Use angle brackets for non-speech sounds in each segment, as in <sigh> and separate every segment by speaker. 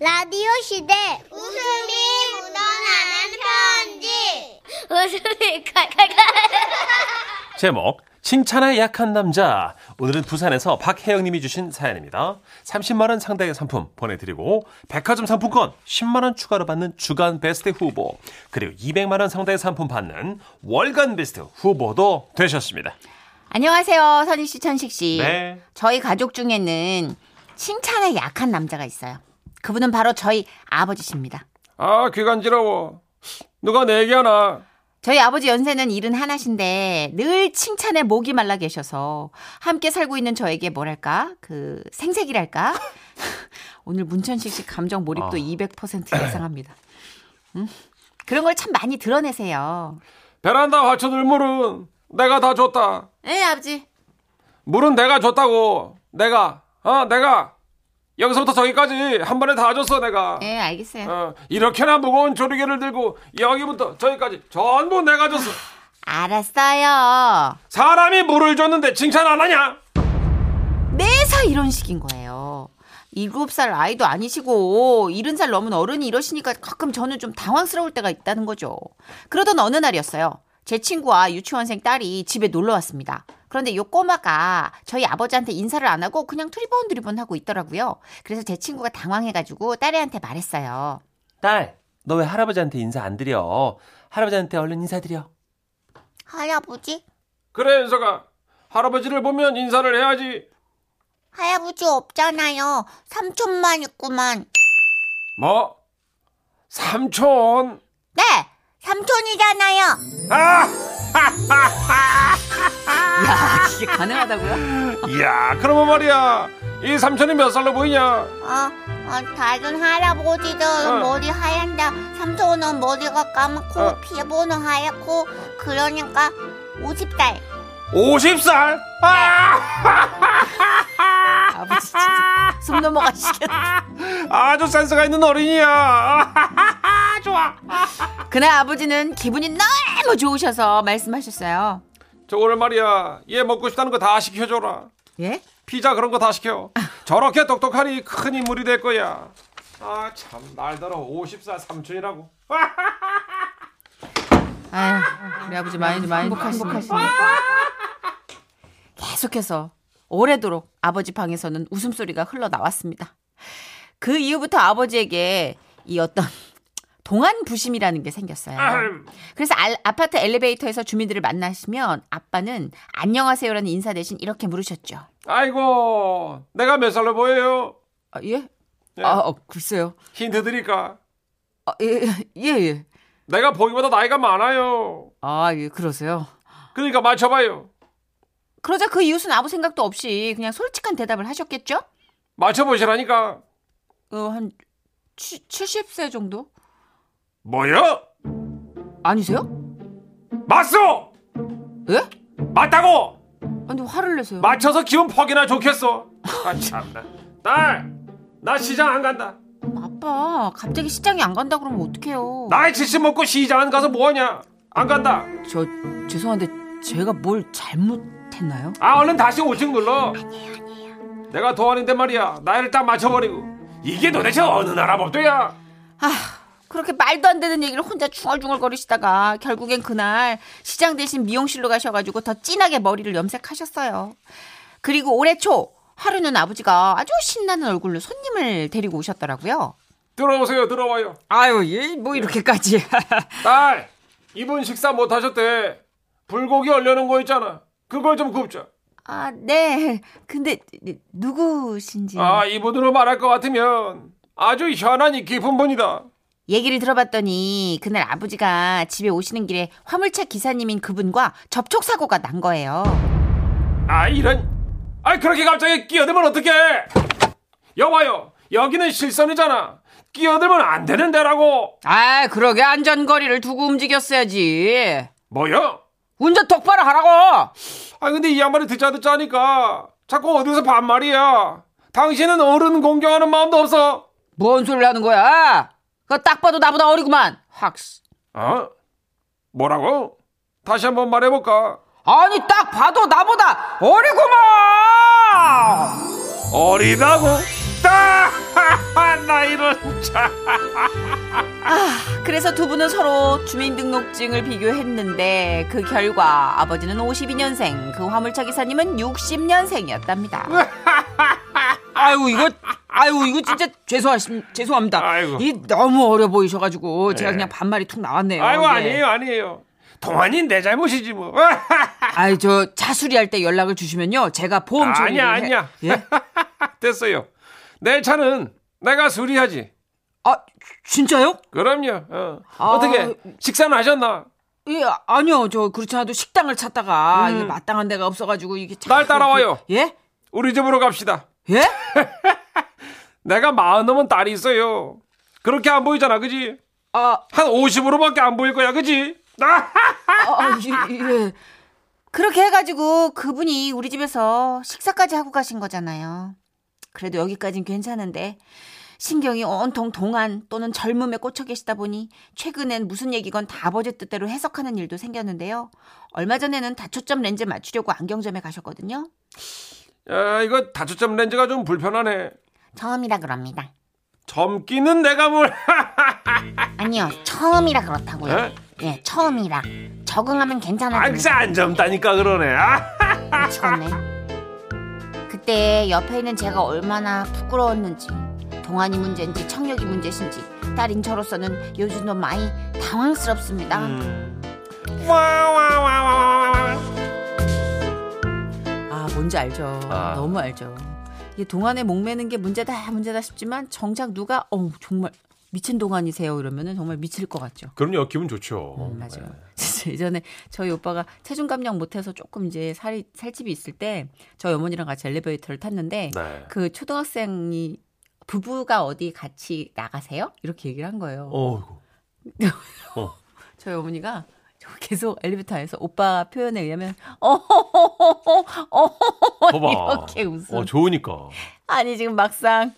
Speaker 1: 라디오 시대 웃음이 묻어나는 편지 웃음이 칼칼칼
Speaker 2: 제목 칭찬에 약한 남자 오늘은 부산에서 박혜영님이 주신 사연입니다. 30만 원 상당의 상품 보내드리고 백화점 상품권 10만 원 추가로 받는 주간 베스트 후보 그리고 200만 원 상당의 상품 받는 월간 베스트 후보도 되셨습니다.
Speaker 3: 안녕하세요, 선희 씨, 천식 씨.
Speaker 2: 네.
Speaker 3: 저희 가족 중에는 칭찬에 약한 남자가 있어요. 그분은 바로 저희 아버지십니다.
Speaker 4: 아, 귀 간지러워. 누가 내 얘기하나?
Speaker 3: 저희 아버지 연세는 일흔 하나신데 늘 칭찬에 목이 말라 계셔서 함께 살고 있는 저에게 뭐랄까 그 생색이랄까 <laughs> 오늘 문천식 씨 감정 몰입도 200% 이상합니다. 음? 그런 걸 참 많이 드러내세요.
Speaker 4: 베란다 화초들 물은 내가 다 줬다.
Speaker 3: 네 아버지
Speaker 4: 물은 내가 줬다고. 내가. 어, 내가. 여기서부터 저기까지 한 번에 다 줬어, 내가.
Speaker 3: 네 알겠어요.
Speaker 4: 어, 이렇게나 무거운 조리개를 들고 여기부터 저기까지 전부 내가 줬어.
Speaker 3: 알았어요.
Speaker 4: 사람이 물을 줬는데 칭찬 안 하냐?
Speaker 3: 매사 이런 식인 거예요. 일곱 살 아이도 아니시고 일흔 살 넘은 어른이 이러시니까 가끔 저는 좀 당황스러울 때가 있다는 거죠. 그러던 어느 날이었어요. 제 친구와 유치원생 딸이 집에 놀러 왔습니다. 그런데 요 꼬마가 저희 아버지한테 인사를 안 하고 그냥 트리번 트리번 하고 있더라고요. 그래서 제 친구가 당황해가지고 딸애한테 말했어요.
Speaker 2: 딸, 너 왜 할아버지한테 인사 안 드려? 할아버지한테 얼른 인사드려.
Speaker 1: 할아버지?
Speaker 4: 그래, 윤서가. 할아버지를 보면 인사를 해야지.
Speaker 1: 할아버지 없잖아요 삼촌만 있구만
Speaker 4: 뭐? 삼촌.
Speaker 1: 네 삼촌이잖아요
Speaker 3: 야, 이게 가능하다고요?
Speaker 4: 이야, 그러면 말이야. 이 삼촌이 몇 살로 보이냐?
Speaker 1: 아, 아 다른 할아버지도
Speaker 4: 어.
Speaker 1: 머리 하얀데 삼촌은 머리가 까맣고
Speaker 4: 어.
Speaker 1: 피부는 하얗고 그러니까 50살
Speaker 4: 50살? 아!
Speaker 3: 아버지 진짜 숨 넘어가시겠다.
Speaker 4: 아주 센스가 있는 어린이야. 좋아.
Speaker 3: 그날 아버지는 기분이 너무 좋으셔서 말씀하셨어요.
Speaker 4: 저 오늘 말이야. 얘 먹고 싶다는 거 다 시켜줘라.
Speaker 3: 예?
Speaker 4: 피자 그런 거 다 시켜. 저렇게 똑똑하니 큰 인물이 될 거야. 아, 참. 날더러 50살 삼촌이라고.
Speaker 3: 아유, 우리 아버지 많이 많이 행복하시네. 계속해서 오래도록 아버지 방에서는 웃음소리가 흘러나왔습니다. 그 이후부터 아버지에게 이 어떤 동안 부심이라는 게 생겼어요. 그래서 알- 아파트 엘리베이터에서 주민들을 만나시면 아빠는 안녕하세요라는 인사 대신 이렇게 물으셨죠.
Speaker 4: 아이고, 내가 몇 살로 보여요?
Speaker 3: 아, 예?
Speaker 4: 예.
Speaker 3: 아, 어, 글쎄요.
Speaker 4: 힌트 드릴까?
Speaker 3: 아, 예, 예, 예.
Speaker 4: 내가 보기보다 나이가 많아요.
Speaker 3: 아, 예, 그러세요.
Speaker 4: 그러니까 맞춰봐요.
Speaker 3: 그러자 그 이웃은 아무 생각도 없이 그냥 솔직한 대답을 하셨겠죠?
Speaker 4: 맞춰보시라니까.
Speaker 3: 어, 한 70세 정도?
Speaker 4: 뭐요?
Speaker 3: 아니세요?
Speaker 4: 맞소!
Speaker 3: 예?
Speaker 4: 맞다고!
Speaker 3: 아니 화를 내세요.
Speaker 4: 맞춰서 기분 퍽이나 좋겠어. 아 참나. 딸, 나 시장 안 간다.
Speaker 3: 아빠, 갑자기 시장에 안 간다 그러면 어떡해요?
Speaker 4: 나이 70 먹고 시장 안 가서 뭐하냐? 안 간다.
Speaker 3: 저 죄송한데 제가 뭘 잘못했나요?
Speaker 4: 아 얼른 다시 5층 눌러. 내가 도안인데 말이야. 나이를 딱 맞춰버리고. 이게 도대체 어느 나라 법도야?
Speaker 3: 그렇게 말도 안 되는 얘기를 혼자 중얼중얼거리시다가 결국엔 그날 시장 대신 미용실로 가셔가지고 더 진하게 머리를 염색하셨어요. 그리고 올해 초 하루는 아버지가 아주 신나는 얼굴로 손님을 데리고 오셨더라고요.
Speaker 4: 들어오세요, 들어와요.
Speaker 3: 아유, 예, 뭐 이렇게까지. <laughs>
Speaker 4: 딸, 이분 식사 못 하셨대. 불고기 얼려놓은 거 있잖아. 그걸 좀 굽자.
Speaker 3: 아, 네. 근데 누구신지.
Speaker 4: 아 이분으로 말할 것 같으면 아주 현안이 깊은 분이다.
Speaker 3: 얘기를 들어봤더니 그날 아버지가 집에 오시는 길에 화물차 기사님인 그분과 접촉 사고가 난 거예요.
Speaker 4: 아 이런 아 그렇게 갑자기 끼어들면 어떡해 여봐요 여기는 실선이잖아 끼어들면 안 되는 데라고
Speaker 3: 아, 그러게 안전거리를 두고 움직였어야지.
Speaker 4: 뭐요?
Speaker 3: 운전 똑바로 하라고.
Speaker 4: 아 근데 이 양반이 듣자 듣자 하니까 자꾸 어디서 반말이야 당신은 어른 공경하는 마음도 없어
Speaker 3: 뭔 소리를 하는 거야? 그거 딱 봐도 나보다 어리구만. 확.
Speaker 4: 어? 뭐라고? 다시 한번 말해볼까
Speaker 3: 아니, 딱 봐도 나보다 어리구만.
Speaker 4: 어리다고? 따! 나이를 원. 자,
Speaker 3: 그래서 두 분은 서로 주민등록증을 비교했는데 그 결과 아버지는 52년생, 그 화물차 기사님은 60년생이었답니다.
Speaker 5: 아유 이거 아유 어, 이거 진짜 죄송하심 죄송합니다.
Speaker 4: 아이고.
Speaker 5: 이 너무 어려 보이셔가지고 제가
Speaker 4: 예.
Speaker 5: 그냥 반말이 툭 나왔네요.
Speaker 4: 아이고
Speaker 5: 예.
Speaker 4: 아니에요 아니에요. 동안이 내 잘못이지 뭐. <laughs>
Speaker 5: 아이 저 자수리할 때 연락을 주시면요 제가 보험 처리를
Speaker 4: 아니야
Speaker 5: 해-
Speaker 4: 아니야.
Speaker 5: 예?
Speaker 4: <laughs> 됐어요. 내 차는 내가 수리하지.
Speaker 5: 아 진짜요?
Speaker 4: 그럼요. 어.
Speaker 5: 아.
Speaker 4: 떻게 식사는 하셨나?
Speaker 5: 예 아니요 저 그렇지 않아도 식당을 찾다가 이게 마땅한 데가 없어가지고 이게 참-
Speaker 4: 날 따라와요.
Speaker 5: 예?
Speaker 4: 우리 집으로 갑시다.
Speaker 5: 예?
Speaker 4: <laughs> 내가 마흔 넘은 딸이 있어요. 그렇게 안 보이잖아, 그지?
Speaker 5: 아,
Speaker 4: 한 50으로밖에 안 보일 거야, 그지? 아,
Speaker 5: 아 예, 예.
Speaker 3: 그렇게 해가지고 그분이 우리 집에서 식사까지 하고 가신 거잖아요. 그래도 여기까진 괜찮은데 신경이 온통 동안 또는 젊음에 꽂혀 계시다 보니 최근엔 무슨 얘기건 다 아버지 뜻대로 해석하는 일도 생겼는데요. 얼마 전에는 다초점 렌즈 맞추려고 안경점에 가셨거든요.
Speaker 4: 야, 이거 다초점 렌즈가 좀 불편하네.
Speaker 1: 처음이라 그럽니다.
Speaker 4: 점기는 내가 뭘. <laughs>
Speaker 1: 아니요, 처음이라 그렇다고요.
Speaker 4: 에?
Speaker 1: 예, 처음이라. 적응하면
Speaker 4: 아,
Speaker 1: 괜찮아집니다.
Speaker 4: 진짜 안 젊다니까 그러네. 아,
Speaker 1: 미치겠네. 그때 옆에 있는 제가 얼마나 부끄러웠는지 동안이 문제인지 청력이 문제신지 딸인 저로서는 요즘도 많이 당황스럽습니다.
Speaker 3: 음,
Speaker 4: 와, 와, 와, 와, 와, 와, 와.
Speaker 3: 아 뭔지 알죠. 너무 알죠. 이게 동안에 목매는 게 문제다 문제다 싶지만 정작 누가 어 정말 미친 동안이세요 이러면은 정말 미칠 것 같죠.
Speaker 2: 그럼요, 기분 좋죠.
Speaker 3: 음, 맞아요. <laughs> 진짜 예전에 저희 오빠가 체중 감량 못해서 조금 이제 살이 살집이 있을 때 저희 어머니랑 같이 엘리베이터를 탔는데
Speaker 2: 네.
Speaker 3: 그 초등학생이 부부가 어디 같이 나가세요? 이렇게 얘기를 한
Speaker 2: 그-
Speaker 3: 거예요.
Speaker 2: 어이구.
Speaker 3: 저희 어머니가 저 계속 엘리베이터 안에서 오빠 표현에 의하면 <laughs> 어허허허허
Speaker 2: 봐봐.
Speaker 3: 이렇게 웃음.
Speaker 2: 어, 좋으니까.
Speaker 3: 아니 지금 막상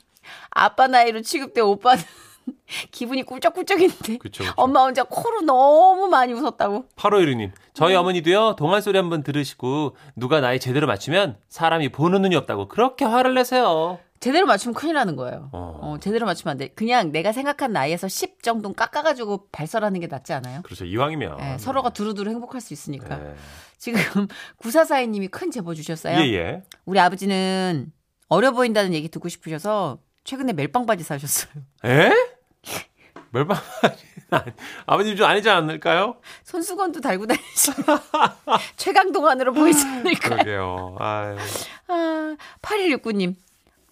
Speaker 3: 아빠 나이로 취급된 오빠는 <laughs> 기분이 꿀쩍꿀쩍인데
Speaker 2: 그쵸, 그쵸.
Speaker 3: 엄마 혼자 코로 너무 많이 웃었다고.
Speaker 2: 8516님,
Speaker 3: 네.
Speaker 2: 저희 어머니도요, 동안 소리 한번 들으시고, 누가 나이 제대로 맞추면 사람이 보는 눈이 없다고 그렇게 화를 내세요.
Speaker 3: 제대로 맞추면 큰일 나는 거예요.
Speaker 2: 어.
Speaker 3: 어. 제대로 맞추면 안 돼. 그냥 내가 생각한 나이에서 10 정도는 깎아가지고 발설하는 게 낫지 않아요?
Speaker 2: 그렇죠, 이왕이면.
Speaker 3: 예, 서로가 두루두루 행복할 수 있으니까.
Speaker 2: 네.
Speaker 3: 지금 <laughs> 구사사이님이 큰 제보 주셨어요.
Speaker 2: 예, 예.
Speaker 3: 우리 아버지는 어려 보인다는 얘기 듣고 싶으셔서 최근에 멜빵 바지 사셨어요. <laughs>
Speaker 2: 에? <laughs> 멸망 아버님 좀 아니지 않을까요?
Speaker 3: 손수건도 달고 다니시고 <laughs> 최강동 안으로 보이지
Speaker 2: 네.
Speaker 3: 않을까.
Speaker 2: 그러게요. 아유.
Speaker 3: 아, 8169님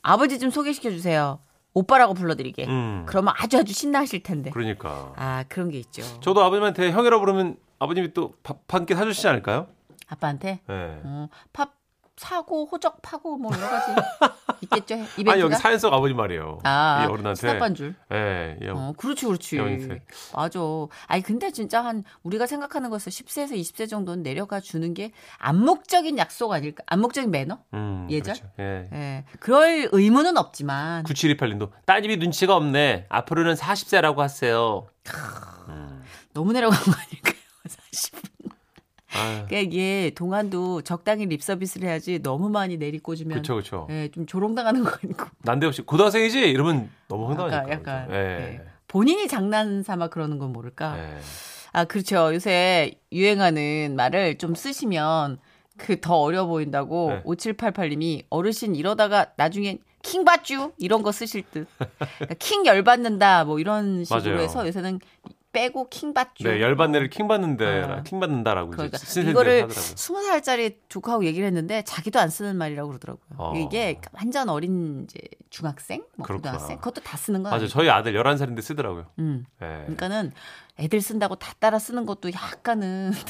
Speaker 3: 아버지 좀 소개시켜 주세요. 오빠라고 불러드리게.
Speaker 2: 음.
Speaker 3: 그러면 아주 아주 신나하실 텐데.
Speaker 2: 그러니까.
Speaker 3: 아 그런 게 있죠.
Speaker 2: 저도 아버님한테 형이라 부르면 아버님이 또 밥 한 끼 사주시지 않을까요?
Speaker 3: 아빠한테
Speaker 2: 예.
Speaker 3: 어, 팝 사고 호적 파고 뭐 여러
Speaker 2: <laughs>
Speaker 3: 가지 있겠죠 이벤트가.
Speaker 2: 아니, 여기 사연 속 아버님 말이에요. 이
Speaker 3: 아,
Speaker 2: 어른한테.
Speaker 3: 수납반 줄.
Speaker 2: 예, 예.
Speaker 3: 어, 그렇지, 그렇지.
Speaker 2: 여인세.
Speaker 3: 맞아. 아니, 근데 진짜 한, 우리가 생각하는 것에서 10세에서 20세 정도는 내려가 주는 게 암묵적인 약속 아닐까? 암묵적인 매너?
Speaker 2: 음,
Speaker 3: 예절?
Speaker 2: 그렇죠. 예.
Speaker 3: 예. 그럴 의무는 없지만.
Speaker 2: 9728님도 따님이 눈치가 없네. 앞으로는 40세라고 하세요.
Speaker 3: 너무 내려간 거 아닐까요?
Speaker 2: 네.
Speaker 3: 사실.
Speaker 2: 아유,
Speaker 3: 그러니까 이게 동안도 적당히 립 서비스를 해야지 너무 많이 내리꽂으면
Speaker 2: 그쵸, 그쵸.
Speaker 3: 예, 좀 조롱당하는 거 아니고
Speaker 2: 난데없이 고등학생이지? 이러면 너무
Speaker 3: 약간
Speaker 2: 흥나니까.
Speaker 3: 그러니까 약간
Speaker 2: 예.
Speaker 3: 예. 본인이 장난 삼아 그러는 건 모를까?
Speaker 2: 예.
Speaker 3: 아 그렇죠. 요새 유행하는 말을 좀 쓰시면 그 더 어려 보인다고
Speaker 2: 네.
Speaker 3: 5788님이 어르신 이러다가 나중엔 킹 받쥬 이런 거 쓰실 듯. 그러니까 킹 열받는다 뭐 이런 식으로
Speaker 2: 맞아요.
Speaker 3: 해서 요새는 빼고 킹 받쥬.
Speaker 2: 네, 열받네를 킹 받는데,
Speaker 3: 아.
Speaker 2: 킹 받는다라고
Speaker 3: 그러니까
Speaker 2: 이제 신세대들
Speaker 3: 이거를
Speaker 2: 하더라고요.
Speaker 3: 스무 살짜리 조카하고 얘기를 했는데 자기도 안 쓰는 말이라고 그러더라고요.
Speaker 2: 어.
Speaker 3: 이게 완전 어린 이제 중학생, 뭐
Speaker 2: 그렇구나.
Speaker 3: 고등학생 그것도 다 쓰는 건
Speaker 2: 맞아요.
Speaker 3: 아니에요.
Speaker 2: 저희 아들 11살인데 쓰더라고요.
Speaker 3: 음.
Speaker 2: 예.
Speaker 3: 그러니까는 애들 쓴다고 다 따라 쓰는 것도 약간은 <laughs>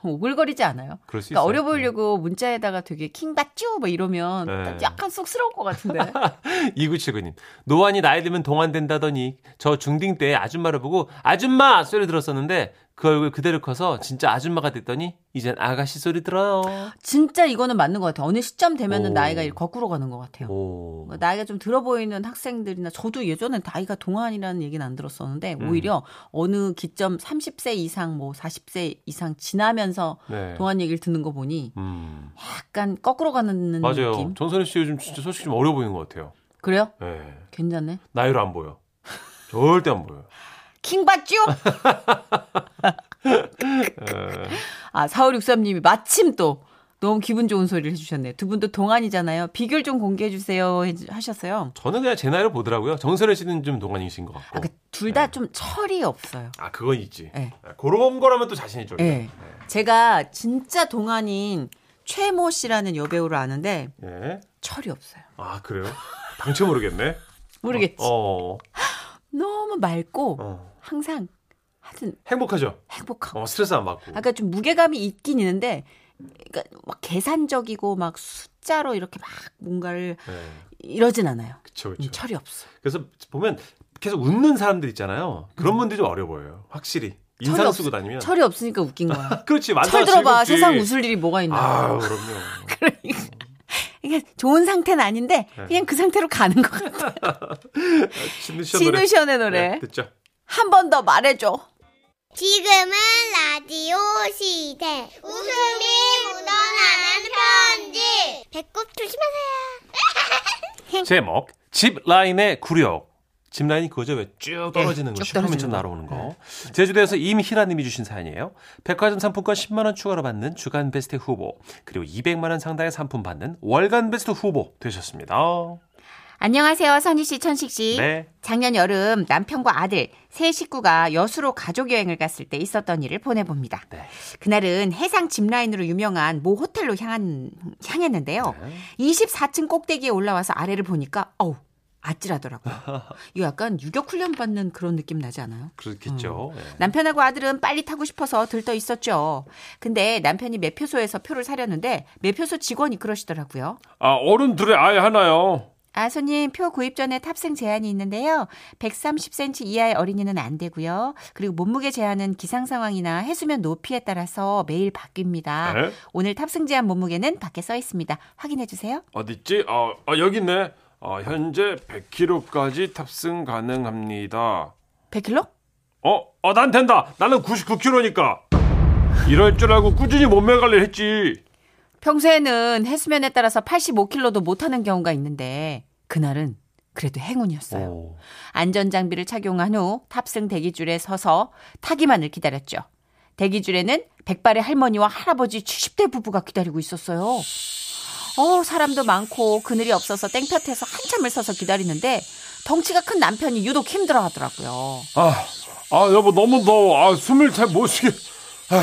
Speaker 3: 오글거리지 않아요.
Speaker 2: 그럴 수
Speaker 3: 그러니까
Speaker 2: 있어요.
Speaker 3: 어려 보이려고 문자에다가 되게 킹받죠 뭐 이러면
Speaker 2: 네.
Speaker 3: 약간 쑥스러울 것 같은데. <laughs>
Speaker 2: 2979님. 음. 노안이 나이 들면 동안된다더니 저 중딩 때 아줌마를 보고 아줌마 소리 들었었는데 그 얼굴 그대로 커서 진짜 아줌마가 됐더니 이젠 아가씨 소리 들어요.
Speaker 3: 진짜 이거는 맞는 것 같아요. 어느 시점 되면은
Speaker 2: 오.
Speaker 3: 나이가 이렇게 거꾸로 가는 것 같아요.
Speaker 2: 오.
Speaker 3: 뭐 나이가 좀 들어 보이는 학생들이나 저도 예전에 나이가 동안이라는 얘기는 안 들었었는데
Speaker 2: 음.
Speaker 3: 오히려 어느 기점 30세 이상 뭐 40세 이상 지나면서
Speaker 2: 네.
Speaker 3: 동안 얘기를 듣는 거 보니
Speaker 2: 음.
Speaker 3: 약간 거꾸로 가는
Speaker 2: 맞아요.
Speaker 3: 느낌.
Speaker 2: 정선혜 씨 요즘 진짜 솔직히 좀 어려 보이는 것 같아요.
Speaker 3: 그래요?
Speaker 2: 예.
Speaker 3: 괜찮네.
Speaker 2: 나이로 안 보여. 절대 안 보여요. <laughs>
Speaker 3: 킹받죠? 아, 4563님이 마침 또 너무 기분 좋은 소리를 해주셨네요. 두 분도 동안이잖아요. 비결 좀 공개해주세요. 해주- 하셨어요.
Speaker 2: 저는 그냥 제 나이를 보더라고요. 정선혜 씨는 좀 동안이신 것 같고.
Speaker 3: 아, 그, 둘
Speaker 2: 네.
Speaker 3: 다 좀 철이 없어요.
Speaker 2: 아, 그건 있지.
Speaker 3: 예.
Speaker 2: 아, 그런 거라면 또 자신이 좀.
Speaker 3: 예. 제가 진짜 동안인 최모 씨라는 여배우를 아는데
Speaker 2: 예.
Speaker 3: 철이 없어요.
Speaker 2: 아, 그래요? 당최 모르겠네.
Speaker 3: 모르겠지.
Speaker 2: 어,
Speaker 3: 너무 맑고
Speaker 2: 어.
Speaker 3: 항상 하여튼
Speaker 2: 행복하죠?
Speaker 3: 행복하고.
Speaker 2: 어, 스트레스 안 받고.
Speaker 3: 아까 좀 무게감이 있긴 있는데 그러니까 막 계산적이고 막 숫자로 이렇게 막 뭔가를
Speaker 2: 예.
Speaker 3: 이러진 않아요.
Speaker 2: 그쵸,
Speaker 3: 음,
Speaker 2: 그쵸.
Speaker 3: 철이 없어.
Speaker 2: 그래서 보면 계속 웃는 사람들 있잖아요. 그런 분들이 좀 어려 보여요. 확실히. 인상 쓰고 다니면.
Speaker 3: 철이 없으니까 웃긴 거야.
Speaker 2: 그렇지, 맞아.
Speaker 3: 철 들어봐.
Speaker 2: 즐겁지.
Speaker 3: 세상 웃을 일이 뭐가 있나.
Speaker 2: 아유, 그럼요.
Speaker 3: 이게 좋은 상태는 아닌데
Speaker 2: 예.
Speaker 3: 그냥 그 상태로 가는 것 같아.
Speaker 2: 신우션 노래.
Speaker 3: 진우션의 노래
Speaker 2: 네, 듣죠.
Speaker 3: 한 번 더 말해줘.
Speaker 6: 지금은 라디오 시대. 웃음이 묻어나는 편지. 배꼽 조심하세요.
Speaker 2: 제목 집 라인의 구력. 집 라인이 그거죠 왜
Speaker 3: 예,
Speaker 2: 쭉 떨어지는 거 슈퍼맨처럼 날아오는 거.
Speaker 3: 네.
Speaker 2: 제주도에서 임희라님이 주신 사연이에요. 백화점 상품권 10만 원 추가로 받는 주간 베스트 후보 그리고 200만 원 상당의 상품 받는 월간 베스트 후보 되셨습니다.
Speaker 1: 안녕하세요, 선희 씨, 천식 씨.
Speaker 2: 네.
Speaker 1: 작년 여름 남편과 아들 세 식구가 여수로 가족 여행을 갔을 때 있었던 일을 보내봅니다.
Speaker 2: 네.
Speaker 1: 그날은 해상 짚라인으로 유명한 모 호텔로 향한, 향했는데요. 24층 꼭대기에 올라와서 아래를 보니까 어우 아찔하더라고요.
Speaker 3: 이거 약간 유격 훈련 받는 그런 느낌 나지 않아요?
Speaker 2: 그렇겠죠.
Speaker 3: 음.
Speaker 2: 예.
Speaker 1: 남편하고 아들은 빨리 타고 싶어서 들떠 있었죠. 근데 남편이 매표소에서 표를 사려는데 매표소 직원이 그러시더라고요.
Speaker 4: 아, 어른들의 아이 하나요.
Speaker 1: 아, 손님, 표 구입 전에 탑승 제한이 있는데요. 130cm 이하의 어린이는 안 되고요. 그리고 몸무게 제한은 기상 상황이나 해수면 높이에 따라서 매일
Speaker 5: 아.
Speaker 1: 바뀝니다.
Speaker 4: 에?
Speaker 1: 오늘 탑승 제한 몸무게는 밖에 써 있습니다. 확인해 주세요.
Speaker 4: 어딨지? 아, 아, 여기 있네. 아, 현재 100km까지 탑승 가능합니다.
Speaker 3: 100kg?
Speaker 4: 어, 어, 난 된다. 나는 99kg니까. 이럴 줄 알고 꾸준히 몸매 관리를 했지.
Speaker 3: 평소에는 해수면에 따라서 85kg도 못하는 경우가 있는데 그날은 그래도 행운이었어요.
Speaker 2: 오.
Speaker 3: 안전장비를 착용한 후 탑승 대기줄에 서서 타기만을 기다렸죠. 대기줄에는 백발의 할머니와 할아버지 70대 부부가 기다리고 있었어요. 어, 사람도 많고 그늘이 없어서 땡볕에서 한참을 서서 기다리는데 덩치가 큰 남편이 유독 힘들어 하더라고요.
Speaker 4: 아, 아, 여보 너무 더워. 아, 숨을 잘 못 쉬게. 아,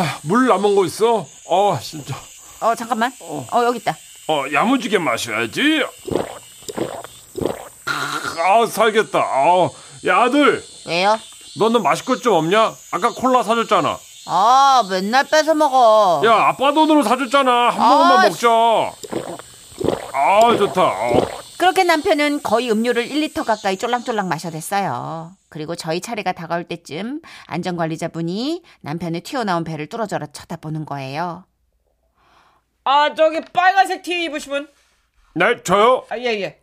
Speaker 4: 아, 물 남은 거 있어? 아, 진짜.
Speaker 3: 어, 잠깐만. 어, 여기 있다.
Speaker 4: 어, 야무지게 마셔야지. 아, 살겠다. 아, 야 아들,
Speaker 3: 왜요?
Speaker 4: 너는 마실 것 좀 없냐? 아까 콜라 사줬잖아.
Speaker 3: 아, 맨날 뺏어 먹어.
Speaker 4: 야, 아빠 돈으로 사줬잖아. 한 모금만 먹자. 아, 좋다. 어.
Speaker 3: 그렇게 남편은 거의 음료를 1리터 가까이 쫄랑쫄랑 마셔댔어요. 그리고 저희 차례가 다가올 때쯤 안전관리자분이 남편의 튀어나온 배를 뚫어져라 쳐다보는 거예요.
Speaker 5: 아 저기 빨간색 티 입으시면
Speaker 4: 네, 저요?
Speaker 5: 아 예예.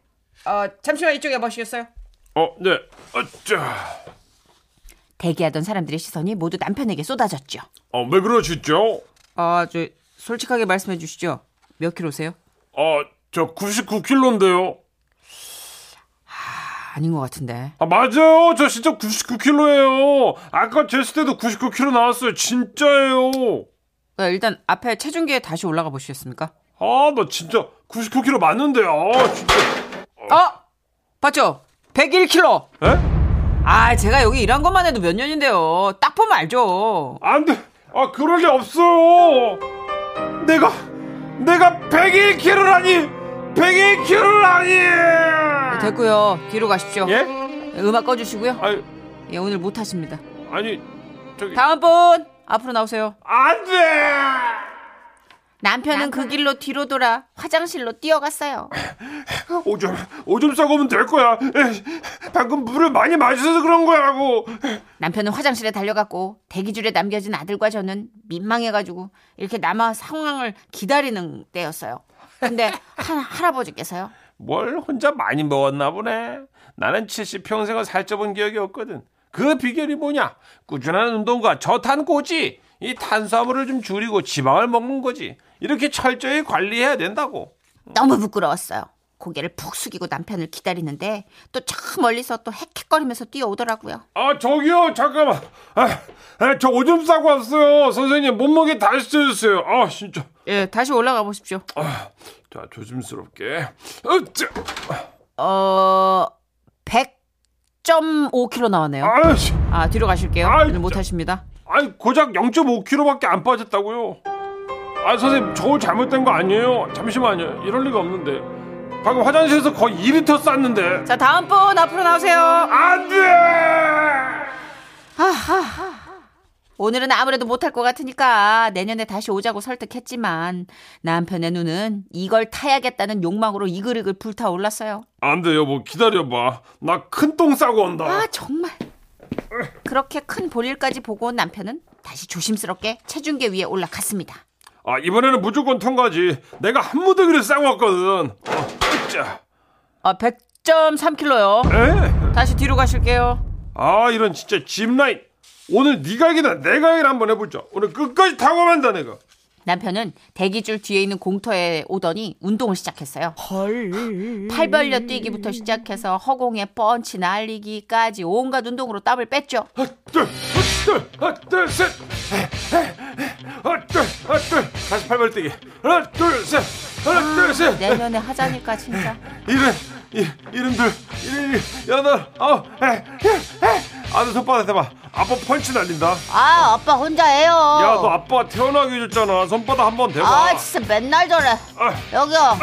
Speaker 5: 아 잠시만 이쪽에 보시겠어요?
Speaker 4: 어, 네. 어짜.
Speaker 3: 대기하던 사람들의 시선이 모두 남편에게 쏟아졌죠.
Speaker 4: 어, 왜 그러시죠?
Speaker 5: 아 저 솔직하게 말씀해 주시죠. 몇 킬로세요?
Speaker 4: 어, 저 99kg인데요.
Speaker 5: 아닌 것 같은데.
Speaker 4: 아, 맞아요. 저 진짜 99kg예요. 아까 쟀을 때도 99kg 나왔어요. 진짜예요.
Speaker 5: 네, 일단 앞에 체중계에 다시 올라가 보시겠습니까?
Speaker 4: 아, 나 진짜 99kg 맞는데. 아, 진짜.
Speaker 5: 어 봤죠? 101 킬로.
Speaker 4: 에?
Speaker 5: 아 제가 여기 일한 것만 해도 몇 년인데요. 딱 보면 알죠.
Speaker 4: 안 돼. 아, 그럴 리 없어요. 내가 내가 101kg라니. 101kg라니.
Speaker 5: 됐고요. 뒤로 가십시오.
Speaker 4: 예?
Speaker 5: 음악 꺼주시고요.
Speaker 4: 아니,
Speaker 5: 예, 오늘 못 하십니다.
Speaker 4: 아니 저기
Speaker 5: 다음 분 앞으로 나오세요.
Speaker 4: 안 돼.
Speaker 3: 남편은 그 길로 뒤로 돌아 화장실로 뛰어갔어요.
Speaker 4: 오줌 오줌 싸고 오면 될 거야. 에, 방금 물을 많이 마셔서 그런 거야고.
Speaker 3: 남편은 화장실에 달려갔고 대기줄에 남겨진 아들과 저는 민망해가지고 이렇게 남아 상황을 기다리는 때였어요. 근데 한 할아버지께서요.
Speaker 4: 뭘 혼자 많이 먹었나 보네. 나는 70 평생을 살쪄본 기억이 없거든. 그 비결이 뭐냐? 꾸준한 운동과 저탄고지. 이 탄수화물을 좀 줄이고 지방을 먹는 거지. 이렇게 철저히 관리해야 된다고.
Speaker 3: 너무 부끄러웠어요. 고개를 푹 숙이고 남편을 기다리는데 또 저 멀리서 또 헥헥거리면서 뛰어오더라고요.
Speaker 4: 아 저기요 잠깐만 아, 아, 저 오줌 싸고 왔어요 선생님 몸무게 다시 쪄주세요 아 진짜
Speaker 3: 예, 다시 올라가 보십시오.
Speaker 4: 아, 자 조심스럽게 으쨔
Speaker 3: 어, 100.5kg 나왔네요.
Speaker 4: 아씨
Speaker 3: 아, 뒤로 가실게요.
Speaker 4: 아이,
Speaker 3: 오늘 못 하십니다.
Speaker 4: 아니 고작 0.5kg밖에 안 빠졌다고요 아 선생님 저 잘못된 거 아니에요 잠시만요 이럴 리가 없는데 방금 화장실에서 거의 2리터 쌌는데
Speaker 3: 자, 다음 분 어, 앞으로 나오세요.
Speaker 4: 안돼
Speaker 3: 오늘은 아무래도 못할 것 같으니까 내년에 다시 오자고 설득했지만 남편의 눈은 이걸 타야겠다는 욕망으로 이글이글 불타올랐어요.
Speaker 4: 안돼 여보 기다려봐 나 큰 똥 싸고 온다
Speaker 3: 아, 정말. 그렇게 큰 볼일까지 보고 온 남편은 다시 조심스럽게 체중계 위에 올라갔습니다.
Speaker 4: 아 이번에는 무조건 통과지 내가 한 무더기를 싸고 왔거든 어, 으쌰.
Speaker 3: 아, 100.3kg요.
Speaker 4: 에?
Speaker 3: 다시 뒤로 가실게요.
Speaker 4: 아 이런 진짜 짚라인 오늘 네가 이기나 내가 이기나 한번 해보자 오늘 끝까지 타고 간다 내가
Speaker 3: 남편은 대기줄 뒤에 있는 공터에 오더니 운동을 시작했어요. 팔 벌려 뛰기부터 시작해서 허공에 펀치 날리기까지 온갖 운동으로 땀을 뺐죠.
Speaker 4: 둘둘셋 하나 둘둘 다시 팔벌 뛰기 하나 둘셋 하나 둘셋
Speaker 3: 내년에 하자니까 진짜.
Speaker 4: 이름 이- 이름 둘 이름 일, 여덟 아홉 에, 에, 에. 아들 손바닥 대봐 아빠 펀치 날린다
Speaker 3: 아, 아빠 혼자 해요.
Speaker 4: 야 너 아빠 태어나기 줬잖아 손바닥 한번 대봐
Speaker 3: 아, 진짜 맨날 저래.
Speaker 4: 아,
Speaker 3: 여기요.
Speaker 4: 아,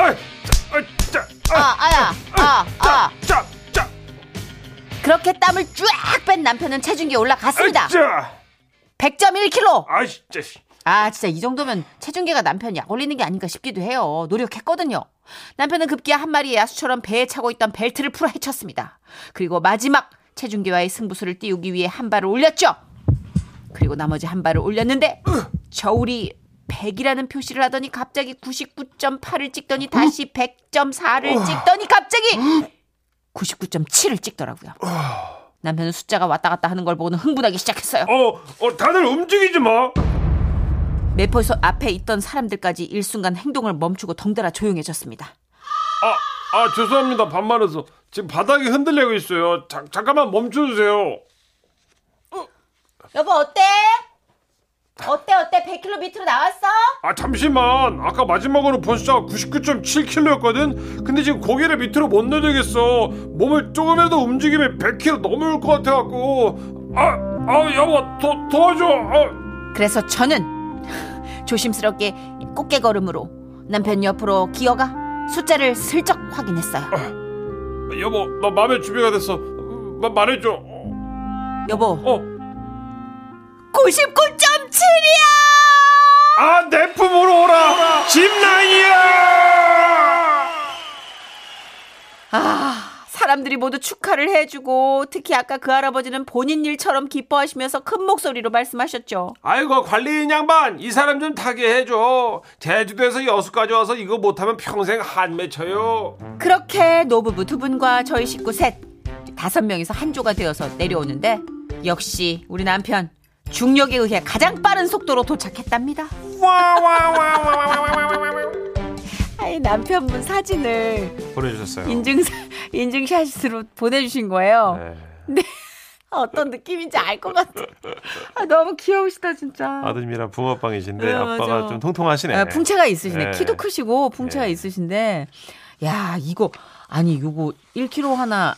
Speaker 4: 짜,
Speaker 3: 아, 아야. 아, 아.
Speaker 4: 짜, 짜,
Speaker 3: 그렇게 땀을 쫙 뺀 남편은 체중계에 올라갔습니다.
Speaker 4: 짜.
Speaker 3: 100.1kg.
Speaker 4: 아, 진짜. 씨.
Speaker 3: 아, 진짜 이 정도면 체중계가 남편 약 올리는 게 아닌가 싶기도 해요. 노력했거든요. 남편은 급기야 한 마리의 야수처럼 배에 차고 있던 벨트를 풀어 헤쳤습니다. 그리고 마지막 체중계와의 승부수를 띄우기 위해 한 발을 올렸죠. 그리고 나머지 한 발을 올렸는데 저울이 100이라는 표시를 하더니 갑자기 99.8을 찍더니 다시 100.4를 찍더니 갑자기 99.7을 찍더라고요. 남편은 숫자가 왔다 갔다 하는 걸 보고는 흥분하기 시작했어요.
Speaker 4: 어, 어, 다들 움직이지 마.
Speaker 3: 매포에서 앞에 있던 사람들까지 일순간 행동을 멈추고 덩달아 조용해졌습니다.
Speaker 4: 아, 아, 죄송합니다. 반말해서 지금 바닥이 흔들리고 있어요. 자, 잠깐만 멈춰주세요.
Speaker 3: 여보 어때? 어때 어때 100km 밑으로 나왔어?
Speaker 4: 아, 잠시만. 아까 마지막으로 벌써 99.7kg였거든. 근데 지금 고개를 밑으로 못 내리겠어. 몸을 조금이라도 움직이면 100kg 넘을 것 같아갖고. 아, 아, 여보, 도, 도와줘. 아,
Speaker 3: 그래서 저는 조심스럽게 꽃게 걸음으로 남편 옆으로 기어가 숫자를 슬쩍 확인했어요.
Speaker 4: 여보, 나 마음의 준비가 됐어. 마, 말해줘. 어,
Speaker 3: 여보
Speaker 4: 어.
Speaker 3: 99.7이야!
Speaker 4: 아, 내 품으로 오라! 집라인이야!
Speaker 3: 사람들이 모두 축하를 해주고 특히 아까 그 할아버지는 본인 일처럼 기뻐하시면서 큰 목소리로 말씀하셨죠.
Speaker 4: 아이고, 관리인 양반, 이 사람 좀 타게 해줘. 제주도에서 여수까지 와서 이거 못하면 평생 한 맺혀요.
Speaker 3: 음. 그렇게 노부부 두 분과 저희 식구 셋 다섯 명이서 한 조가 되어서 내려오는데 역시 우리 남편 중력에 의해 가장 빠른 속도로 도착했답니다. 아이 남편분 사진을
Speaker 2: 보내주셨어요.
Speaker 3: 인증 인증샷으로 보내주신 거예요.
Speaker 2: 네.
Speaker 3: 어떤 느낌인지 알 것 같아. 아, 너무 귀여우시다 진짜.
Speaker 2: 아드님이랑 붕어빵이신데
Speaker 3: 네,
Speaker 2: 아빠가
Speaker 3: 맞아.
Speaker 2: 좀 통통하시네.
Speaker 3: 아, 풍채가 있으시네.
Speaker 2: 네.
Speaker 3: 키도 크시고 풍채가
Speaker 2: 네.
Speaker 3: 있으신데 야 이거 아니 요거 1kg 하나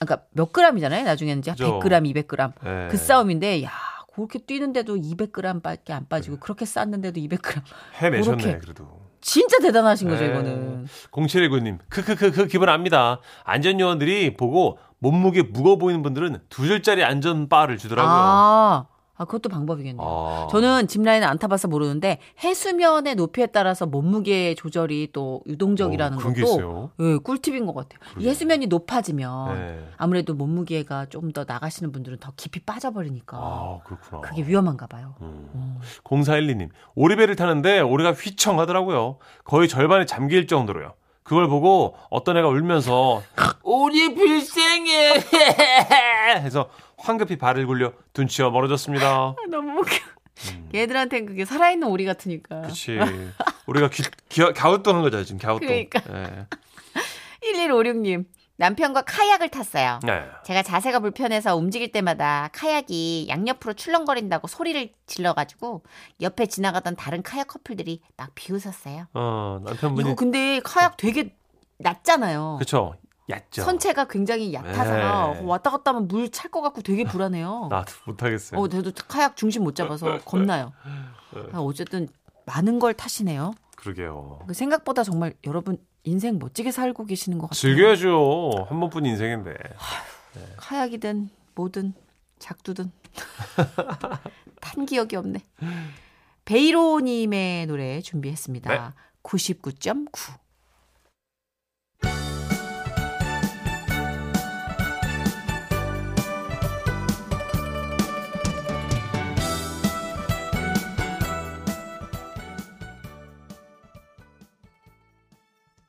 Speaker 3: 그러니까 몇 g이잖아요. 나중에는 이제
Speaker 2: 그죠.
Speaker 3: 100g, 200g
Speaker 2: 네.
Speaker 3: 그 싸움인데 야 그렇게 뛰는데도 200g밖에 안 빠지고
Speaker 2: 네.
Speaker 3: 그렇게 쌌는데도 200g
Speaker 2: 해내셨네
Speaker 3: 그렇게.
Speaker 2: 그래도.
Speaker 3: 진짜 대단하신 거죠
Speaker 2: 네.
Speaker 3: 이거는.
Speaker 2: 0719님, 크크크크 기분 압니다. 안전요원들이 보고 몸무게 무거워 보이는 분들은 두 줄짜리 안전바를 주더라고요.
Speaker 3: 아, 아 그것도 방법이겠네요.
Speaker 2: 아.
Speaker 3: 저는 짚라인을 안 타봐서 모르는데 해수면의 높이에 따라서 몸무게 조절이 또 유동적이라는
Speaker 2: 어, 그런 게
Speaker 3: 것도
Speaker 2: 있어요?
Speaker 3: 예, 꿀팁인 것 같아요. 이 해수면이 높아지면
Speaker 2: 네.
Speaker 3: 아무래도 몸무게가 좀 더 나가시는 분들은 더 깊이 빠져버리니까
Speaker 2: 아, 그렇구나.
Speaker 3: 그게 음. 위험한가 봐요.
Speaker 2: 0412님, 오리배를 타는데 오리가 휘청 하더라고요. 거의 절반에 잠길 정도로요. 그걸 보고 어떤 애가
Speaker 3: <laughs>
Speaker 2: 울면서
Speaker 5: 우리 불생에
Speaker 2: <laughs> 해서 황급히 발을 굴려 눈치어 멀어졌습니다.
Speaker 3: <laughs> 너무 웃겨.
Speaker 2: 음.
Speaker 3: 얘들한테는 그게 살아있는 오리 같으니까. <laughs>
Speaker 2: 그치. 우리가 귀, 귀, 갸웃도는 거죠, 지금 갸웃도.
Speaker 3: 그러니까.
Speaker 2: 예.
Speaker 3: 1156님. 남편과 카약을 탔어요.
Speaker 2: 네.
Speaker 3: 제가 자세가 불편해서 움직일 때마다 카약이 양옆으로 출렁거린다고 소리를 질러가지고 옆에 지나가던 다른 카약 커플들이 막 비웃었어요.
Speaker 2: 어,
Speaker 3: 이거
Speaker 2: 남편분이
Speaker 3: 근데 카약 되게 낮잖아요.
Speaker 2: 그쵸 얕죠.
Speaker 3: 선체가 굉장히 얕아서
Speaker 2: 네.
Speaker 3: 왔다 갔다 하면 물 찰 것 같고 되게 불안해요.
Speaker 2: 나도 아, 못하겠어요.
Speaker 3: 어, 저도 카약 중심 못 잡아서 겁나요. 아, 어쨌든 많은 걸 타시네요.
Speaker 2: 그러게요.
Speaker 3: 그 생각보다 정말 여러분 인생 멋지게 살고 계시는 것 같아요.
Speaker 2: 즐겨야죠. 한 번뿐 인생인데.
Speaker 3: 카약이든 뭐든 작두든 <laughs> 탄 기억이 없네. 베이로님의 노래 준비했습니다. 99.9